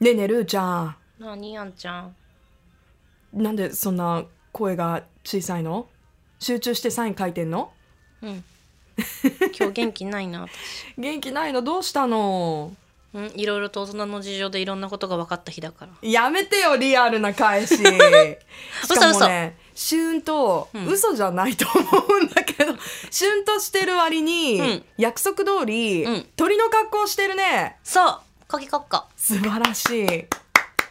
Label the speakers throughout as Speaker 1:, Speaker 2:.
Speaker 1: ねえねえるーちゃ
Speaker 2: なにやんちゃん
Speaker 1: んなんでそんな声が小さいの集中してサイン書いてんの
Speaker 2: うん 今日元気ないな
Speaker 1: 元気ないのどうしたの
Speaker 2: うんいろいろと大人の事情でいろんなことが分かった日だから
Speaker 1: やめてよリアルな返 ししかも
Speaker 2: 嘘
Speaker 1: ね旬と、
Speaker 2: うん
Speaker 1: 嘘じゃないと思うんだけど旬としてる割に、
Speaker 2: うん
Speaker 1: 約束通り、
Speaker 2: うん
Speaker 1: 鳥の格好してるね
Speaker 2: そうかけかっか
Speaker 1: 素晴らしい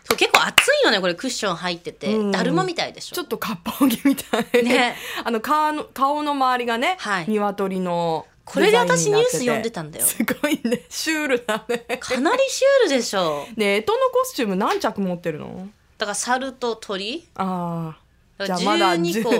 Speaker 2: そう結構暑いよねこれクッション入ってて、
Speaker 1: うん
Speaker 2: だるまみたいでしょ
Speaker 1: ちょっとかっぽう着みたい、
Speaker 2: ね
Speaker 1: あの顔の顔の周りがね、
Speaker 2: はい
Speaker 1: 鶏の
Speaker 2: これで私ニュース
Speaker 1: デザ
Speaker 2: 読
Speaker 1: イ
Speaker 2: ん
Speaker 1: になって
Speaker 2: で
Speaker 1: て
Speaker 2: たんだよ
Speaker 1: すごいねシュールだね
Speaker 2: かなりシュールでしょ
Speaker 1: ねえ干支のコスチューム何着持ってるの
Speaker 2: だから猿と鳥
Speaker 1: ああ
Speaker 2: だ
Speaker 1: じ
Speaker 2: か
Speaker 1: ゃあ
Speaker 2: ら
Speaker 1: まだ 10,
Speaker 2: 12個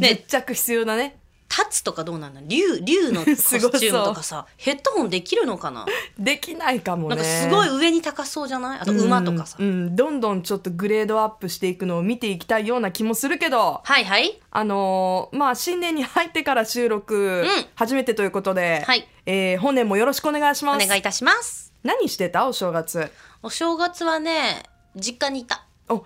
Speaker 2: ね
Speaker 1: 10着必要だね
Speaker 2: 立つとかどうなんだ竜竜 のコスチュームとかさヘッドホンできるのかな、
Speaker 1: できないかも
Speaker 2: な
Speaker 1: ね
Speaker 2: んかすごい上に高そうじゃないあと馬とかさ、
Speaker 1: うんうんどんどんちょっとグレードアップしていくのを見ていきたいような気もするけど
Speaker 2: はいはい
Speaker 1: あのーまあ新年に入ってから収録
Speaker 2: ん
Speaker 1: 初めてということで、
Speaker 2: はい
Speaker 1: えー本年もよろしくお願いし
Speaker 2: お
Speaker 1: ます
Speaker 2: 願いいたします
Speaker 1: 何してたお正月
Speaker 2: お正月はね実家にいた、
Speaker 1: お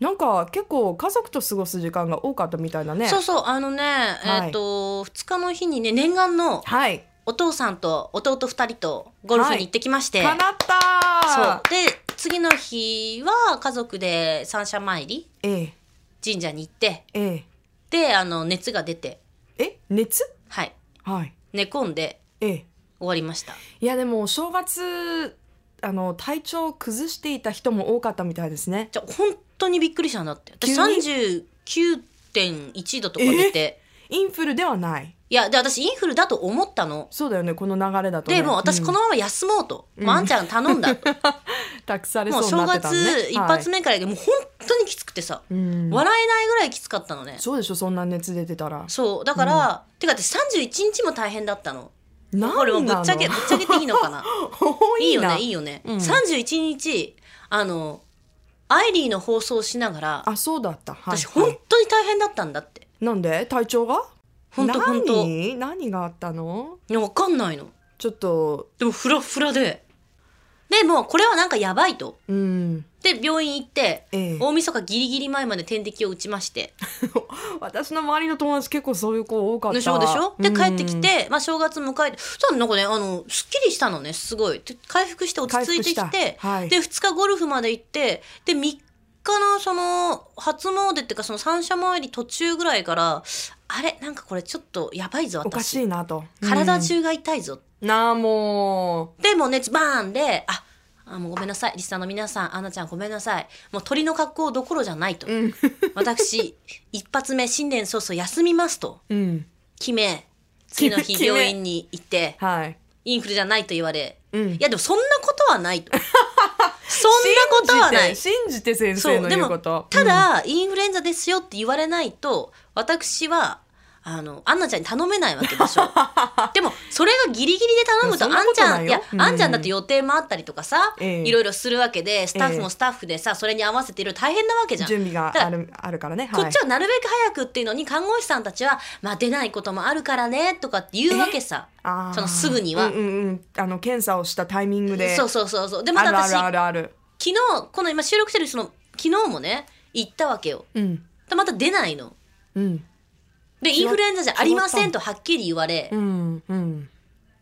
Speaker 1: なんか結構家族と過ごす時間が多かったみたいだね
Speaker 2: そうそうあのね、
Speaker 1: い
Speaker 2: えっ、と2日の日にね念願の
Speaker 1: はい
Speaker 2: お父さんと弟2人とゴルフに行ってきまして、
Speaker 1: かなった
Speaker 2: そうで次の日は家族で三社参り
Speaker 1: ええ
Speaker 2: 神社に行って
Speaker 1: ええ
Speaker 2: であの熱が出て
Speaker 1: え熱
Speaker 2: はい
Speaker 1: はい
Speaker 2: 寝込んで
Speaker 1: ええ
Speaker 2: 終わりました
Speaker 1: いやでもお正月あの体調を崩していた人も多かったみたいですね
Speaker 2: じゃあ本当にびっくりしたんだって私39.1度とか出て
Speaker 1: インフルではない
Speaker 2: いやで私インフルだと思ったの
Speaker 1: そうだよねこの流れだと、ね、
Speaker 2: でもう私こ
Speaker 1: の、
Speaker 2: のまま休もうと、もうあんちゃん頼 んだと
Speaker 1: 託され
Speaker 2: もう
Speaker 1: そうに
Speaker 2: 正
Speaker 1: なってたのね
Speaker 2: 月一発目からでもう本当にきつくてさ、
Speaker 1: はいうん
Speaker 2: 笑えないぐらいきつかったのね
Speaker 1: そうでしょそんな熱出てたら
Speaker 2: そうだから、てか私31日も大変だったの
Speaker 1: 何なの
Speaker 2: これもぶっちゃけぶっちゃけていいのかな
Speaker 1: 多
Speaker 2: いい
Speaker 1: い
Speaker 2: よ
Speaker 1: な
Speaker 2: ねいいよね、
Speaker 1: うん
Speaker 2: 31日あのアイリーの放送をしながら
Speaker 1: あそうだった、はい、
Speaker 2: 私
Speaker 1: は
Speaker 2: 本
Speaker 1: い
Speaker 2: 当に大変だったんだって
Speaker 1: なんで体調が
Speaker 2: ほんとほんと
Speaker 1: 何何があったの
Speaker 2: いやわかんないの
Speaker 1: ちょっと
Speaker 2: でもフラフラででもうこれはなんかやばいと
Speaker 1: うん
Speaker 2: で病院行って、
Speaker 1: ええ
Speaker 2: 大晦日ギリギリ前まで点滴を打ちまして
Speaker 1: 私の周りの友達結構そういう子多かった
Speaker 2: でしょでしょで
Speaker 1: うん
Speaker 2: 帰ってきて、まあ、正月迎えてそしたらなんかねあのすっきりしたのねすごいで回復して落ち着いてき、
Speaker 1: 回復してたはい
Speaker 2: で2日ゴルフまで行ってで3日のその初詣っていうかその三社参り途中ぐらいからあれなんかこれちょっとやばいぞ
Speaker 1: おかし
Speaker 2: 私
Speaker 1: いなと
Speaker 2: 体
Speaker 1: うん
Speaker 2: 中が痛いぞ、
Speaker 1: なあも
Speaker 2: でもう熱バーンでああもうごめんなさいリスナーの皆さんアンナちゃんごめんなさいもう鳥の格好どころじゃないと、
Speaker 1: ううん、
Speaker 2: 私一発目新年早々休みますと
Speaker 1: うん、
Speaker 2: 決め次の
Speaker 1: 決
Speaker 2: 日
Speaker 1: め
Speaker 2: 病院に行って
Speaker 1: はい
Speaker 2: インフルじゃないと言われ、
Speaker 1: うん
Speaker 2: いやでもそんなことはないと そんなことはない
Speaker 1: 信じて信じて先生
Speaker 2: そ
Speaker 1: の
Speaker 2: うで
Speaker 1: 言う
Speaker 2: も
Speaker 1: こと
Speaker 2: ただ、インフルエンザですよって言われないと私はあのアンナちゃんに頼めないわけで しょでもそれがギリギリで頼む
Speaker 1: いやそ
Speaker 2: とあ
Speaker 1: んなこ
Speaker 2: んち
Speaker 1: と
Speaker 2: ゃ
Speaker 1: ない
Speaker 2: ん
Speaker 1: よ
Speaker 2: いや、
Speaker 1: うん
Speaker 2: あんちゃんだって予定もあったりとかさ、
Speaker 1: ええ
Speaker 2: いろいろするわけでスタッフ
Speaker 1: ええ
Speaker 2: もスタッフでさそれに合わせていろいろ大変なわけじゃん
Speaker 1: 準備があるあるからね、はい、
Speaker 2: こっちはなるべく早くっていうのに看護師さんたちは、まあ、出ないこともあるからねとかって言うわけさ
Speaker 1: あー
Speaker 2: そのすぐには
Speaker 1: うんうんうん、あの検査をしたタイミングで
Speaker 2: そうそうそうそうでま
Speaker 1: あ
Speaker 2: た
Speaker 1: るあ
Speaker 2: 私
Speaker 1: るあ
Speaker 2: 昨
Speaker 1: るある
Speaker 2: 日この今収録してるその昨日もね行ったわけよ
Speaker 1: うん
Speaker 2: でまた出ないの
Speaker 1: うん
Speaker 2: でインフルエンザじゃありませんとはっきり言われ
Speaker 1: うん うん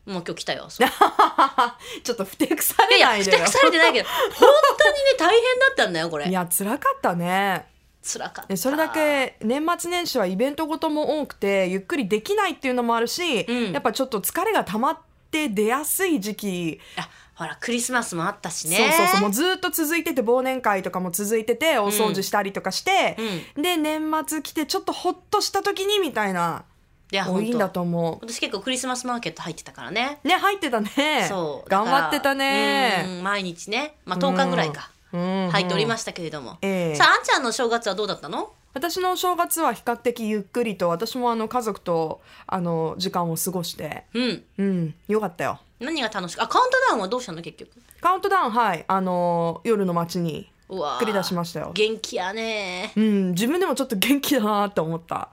Speaker 2: もう今日来た よそれ
Speaker 1: ちょっとふてくされ
Speaker 2: いや
Speaker 1: ない
Speaker 2: ふ
Speaker 1: で
Speaker 2: て
Speaker 1: よ
Speaker 2: くされてな いけど本当にね大変だったんだよこ
Speaker 1: い
Speaker 2: れ
Speaker 1: や辛かったね
Speaker 2: 辛かっ
Speaker 1: ね
Speaker 2: た
Speaker 1: それだけ年末年始はイベントごとも多くてゆっくりできないっていうのもあるし、
Speaker 2: うん
Speaker 1: やっぱちょっと疲れが溜まって出やすい時期、
Speaker 2: あほらクリスマスもあったしね
Speaker 1: そうそうそうもうずっと続いてて忘年会とかも続いててお掃除したりとかして、で年末来てちょっとほっとした時にみたいない
Speaker 2: や
Speaker 1: 多いんだ
Speaker 2: 本
Speaker 1: と思
Speaker 2: 当私結構クリスマスマーケット入ってたからね
Speaker 1: うね入ってたね
Speaker 2: そうだ
Speaker 1: 頑
Speaker 2: から
Speaker 1: 張ってたね
Speaker 2: うん毎日ね、まあ、10日ぐらいか、入っておりま
Speaker 1: し
Speaker 2: したけれども、
Speaker 1: ええ
Speaker 2: さああんちゃんの正月はどうだったの
Speaker 1: 私のお正月は比較的ゆっくりと私もあの家族とあの時間を過ごして
Speaker 2: うん
Speaker 1: うんよかったよ
Speaker 2: 何が楽しくあカウントダウンはどうしたの結局
Speaker 1: カウントダウンはいあの夜の街に
Speaker 2: うわー
Speaker 1: 繰り出しましたよ
Speaker 2: 元気やね
Speaker 1: うん自分でもちょっと元気だなって思った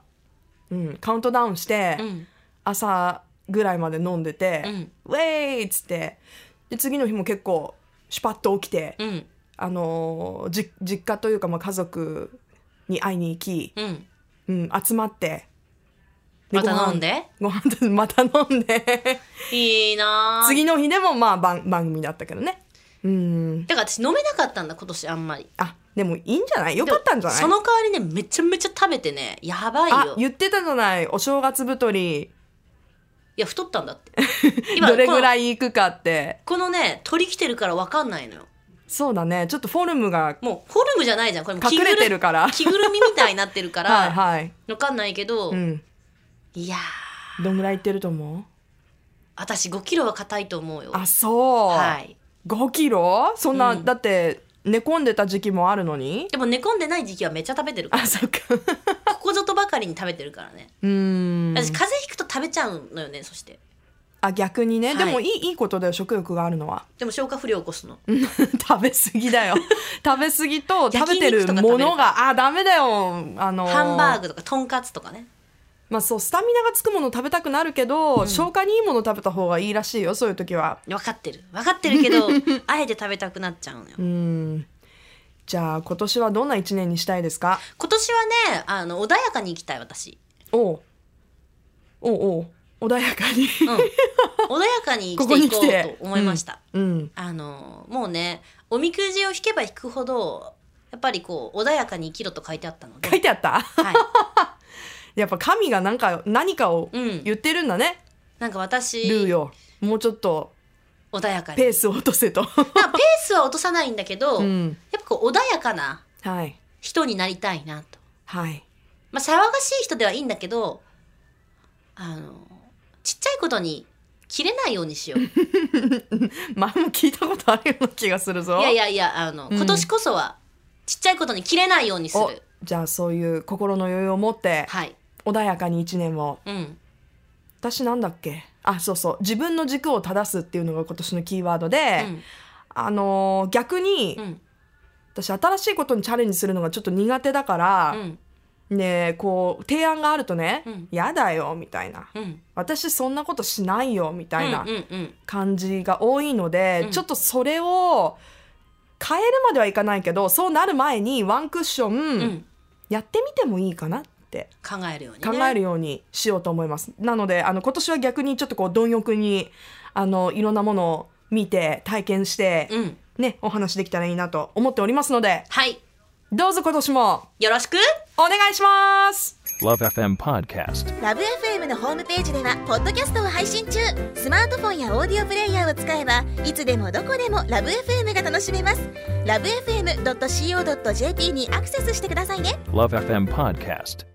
Speaker 1: うんカウントダウンして、
Speaker 2: うん
Speaker 1: 朝ぐらいまで飲んでて
Speaker 2: うん
Speaker 1: 「ウェイ!」っつってで次の日も結構シュパッと起きて
Speaker 2: うん
Speaker 1: あのーじ実家というかまあ家族に会いに行き、
Speaker 2: うん。
Speaker 1: うん、集まって
Speaker 2: ま
Speaker 1: ご
Speaker 2: た
Speaker 1: 飯
Speaker 2: 飲んで。
Speaker 1: ご飯とまた飲んで
Speaker 2: いいなぁ。
Speaker 1: 次の日でもまあ番番組だったけどねうん
Speaker 2: だから私飲めなかったんだ今年あんまり。
Speaker 1: あでもいいんじゃないよかったんじゃない
Speaker 2: その代わりねめちゃめちゃ食べてねやばい
Speaker 1: あ
Speaker 2: よ。い
Speaker 1: 言ってたじゃないお正月太り。
Speaker 2: や太ったんだって
Speaker 1: どれぐ
Speaker 2: い
Speaker 1: らいいくかって
Speaker 2: このこのね鳥来てるからわかんないのよ。
Speaker 1: そうだねちょっとフォルムが
Speaker 2: もうフォルムじゃないじゃんこれもう着
Speaker 1: 隠
Speaker 2: ぐ
Speaker 1: れて
Speaker 2: る
Speaker 1: るから
Speaker 2: 着ぐるみみたいになってるから
Speaker 1: はいはい、
Speaker 2: わかんないけど、
Speaker 1: うん、
Speaker 2: いやー
Speaker 1: どんぐらいいってると思う
Speaker 2: 私5キロは硬いと思うよ。
Speaker 1: あそう、
Speaker 2: はい。
Speaker 1: 5キロそんな、
Speaker 2: うん
Speaker 1: だって寝込んでた時期もあるのに
Speaker 2: でも寝込んでない時期はめっちゃ食べてるから
Speaker 1: あそっ か
Speaker 2: ここぞとばかりに食べてるからね。
Speaker 1: うーん
Speaker 2: 私風邪ひくと食べちゃうのよねそして。
Speaker 1: あ逆にね、
Speaker 2: はい
Speaker 1: でもいいいいことだよ食欲があるのは
Speaker 2: でも消化不良起こすの。
Speaker 1: 食べ過ぎだよ食べ過ぎと
Speaker 2: 焼
Speaker 1: 食べ
Speaker 2: き
Speaker 1: て
Speaker 2: 肉
Speaker 1: る
Speaker 2: とか食べる
Speaker 1: ものがあダメだよあの
Speaker 2: ハンバー
Speaker 1: グ
Speaker 2: グとかとんかつとかね。
Speaker 1: まあそうスタミナがつくもの食べたくなるけど、消化にいいもの食べた方がいいらしいよそういう時は
Speaker 2: 分かってる分かってる けどあえて食べたくなっちゃうのよ、
Speaker 1: うーんじゃあ今年はどんな1年にしたいですか
Speaker 2: 今年はねあの穏やかに生きたい私、
Speaker 1: おうおうおう穏やかに
Speaker 2: うん、穏やかに生きていこ
Speaker 1: ここに来
Speaker 2: う
Speaker 1: て
Speaker 2: と思いました
Speaker 1: うん
Speaker 2: あのもうねおみくじを引けば引くほどやっぱりこう穏やかに生きろと書いてあったので
Speaker 1: 書いてあった
Speaker 2: は い、
Speaker 1: やっぱ神がなんか何かを
Speaker 2: うん、
Speaker 1: 言ってるんだね、
Speaker 2: なんか
Speaker 1: ルー
Speaker 2: 私
Speaker 1: よもうちょっと
Speaker 2: 穏やかに
Speaker 1: ペースを落とせと、
Speaker 2: なんかペースは落とさないんだけど、
Speaker 1: う
Speaker 2: やっ
Speaker 1: ん、
Speaker 2: ぱ こう穏やかな
Speaker 1: はい
Speaker 2: 人になりたいなと、
Speaker 1: はい
Speaker 2: まあ、騒がしい人ではいいんだけどあのちっちゃいことに切れないようにしよう
Speaker 1: 前も聞いたことあるような気がするぞ
Speaker 2: いやいやいやあの、
Speaker 1: うん
Speaker 2: 今年こそはちっちゃいことに切れないようにす
Speaker 1: お
Speaker 2: る
Speaker 1: じゃあそういう心の余裕を持って
Speaker 2: はい
Speaker 1: 穏やかに一年を
Speaker 2: うん
Speaker 1: 私なんだっけあそうそう自分の軸を正すっていうのが今年のキーワード
Speaker 2: う
Speaker 1: で、
Speaker 2: ん
Speaker 1: あのー逆に、
Speaker 2: うん
Speaker 1: 私新しいことにチャレンジするのがちょっと苦手だから
Speaker 2: う、ん
Speaker 1: ねえこう提案があるとね「
Speaker 2: うん
Speaker 1: やだよ」みたいな
Speaker 2: うん
Speaker 1: 「私そんなことしないよ」みたいな、
Speaker 2: うんうんうん
Speaker 1: 感じが多いので、
Speaker 2: うん
Speaker 1: ちょっとそれを変えるまではいかないけどそうなる前にワンクッショ
Speaker 2: う
Speaker 1: ン
Speaker 2: ん
Speaker 1: やってみてもいいかなって
Speaker 2: 考えるように、ね、
Speaker 1: 考えるようにしようと思います。なのであの今年は逆にちょっとこう貪欲にあのいろんなものを見て体験して、
Speaker 2: うん
Speaker 1: ねお話できたらいいなと思っておりますので
Speaker 2: はい
Speaker 1: どうぞ今年も
Speaker 2: よろしく
Speaker 1: お願いします
Speaker 3: Love FM Podcast.
Speaker 4: ラブ f m のホームページではポッドキャストを配信中スマートフォンやオーディオプレイヤーを使えばいつでもどこでもラブ f m が楽しめますラブ FM.co.jp にアクセスしてくださいね
Speaker 3: Love FM Podcast.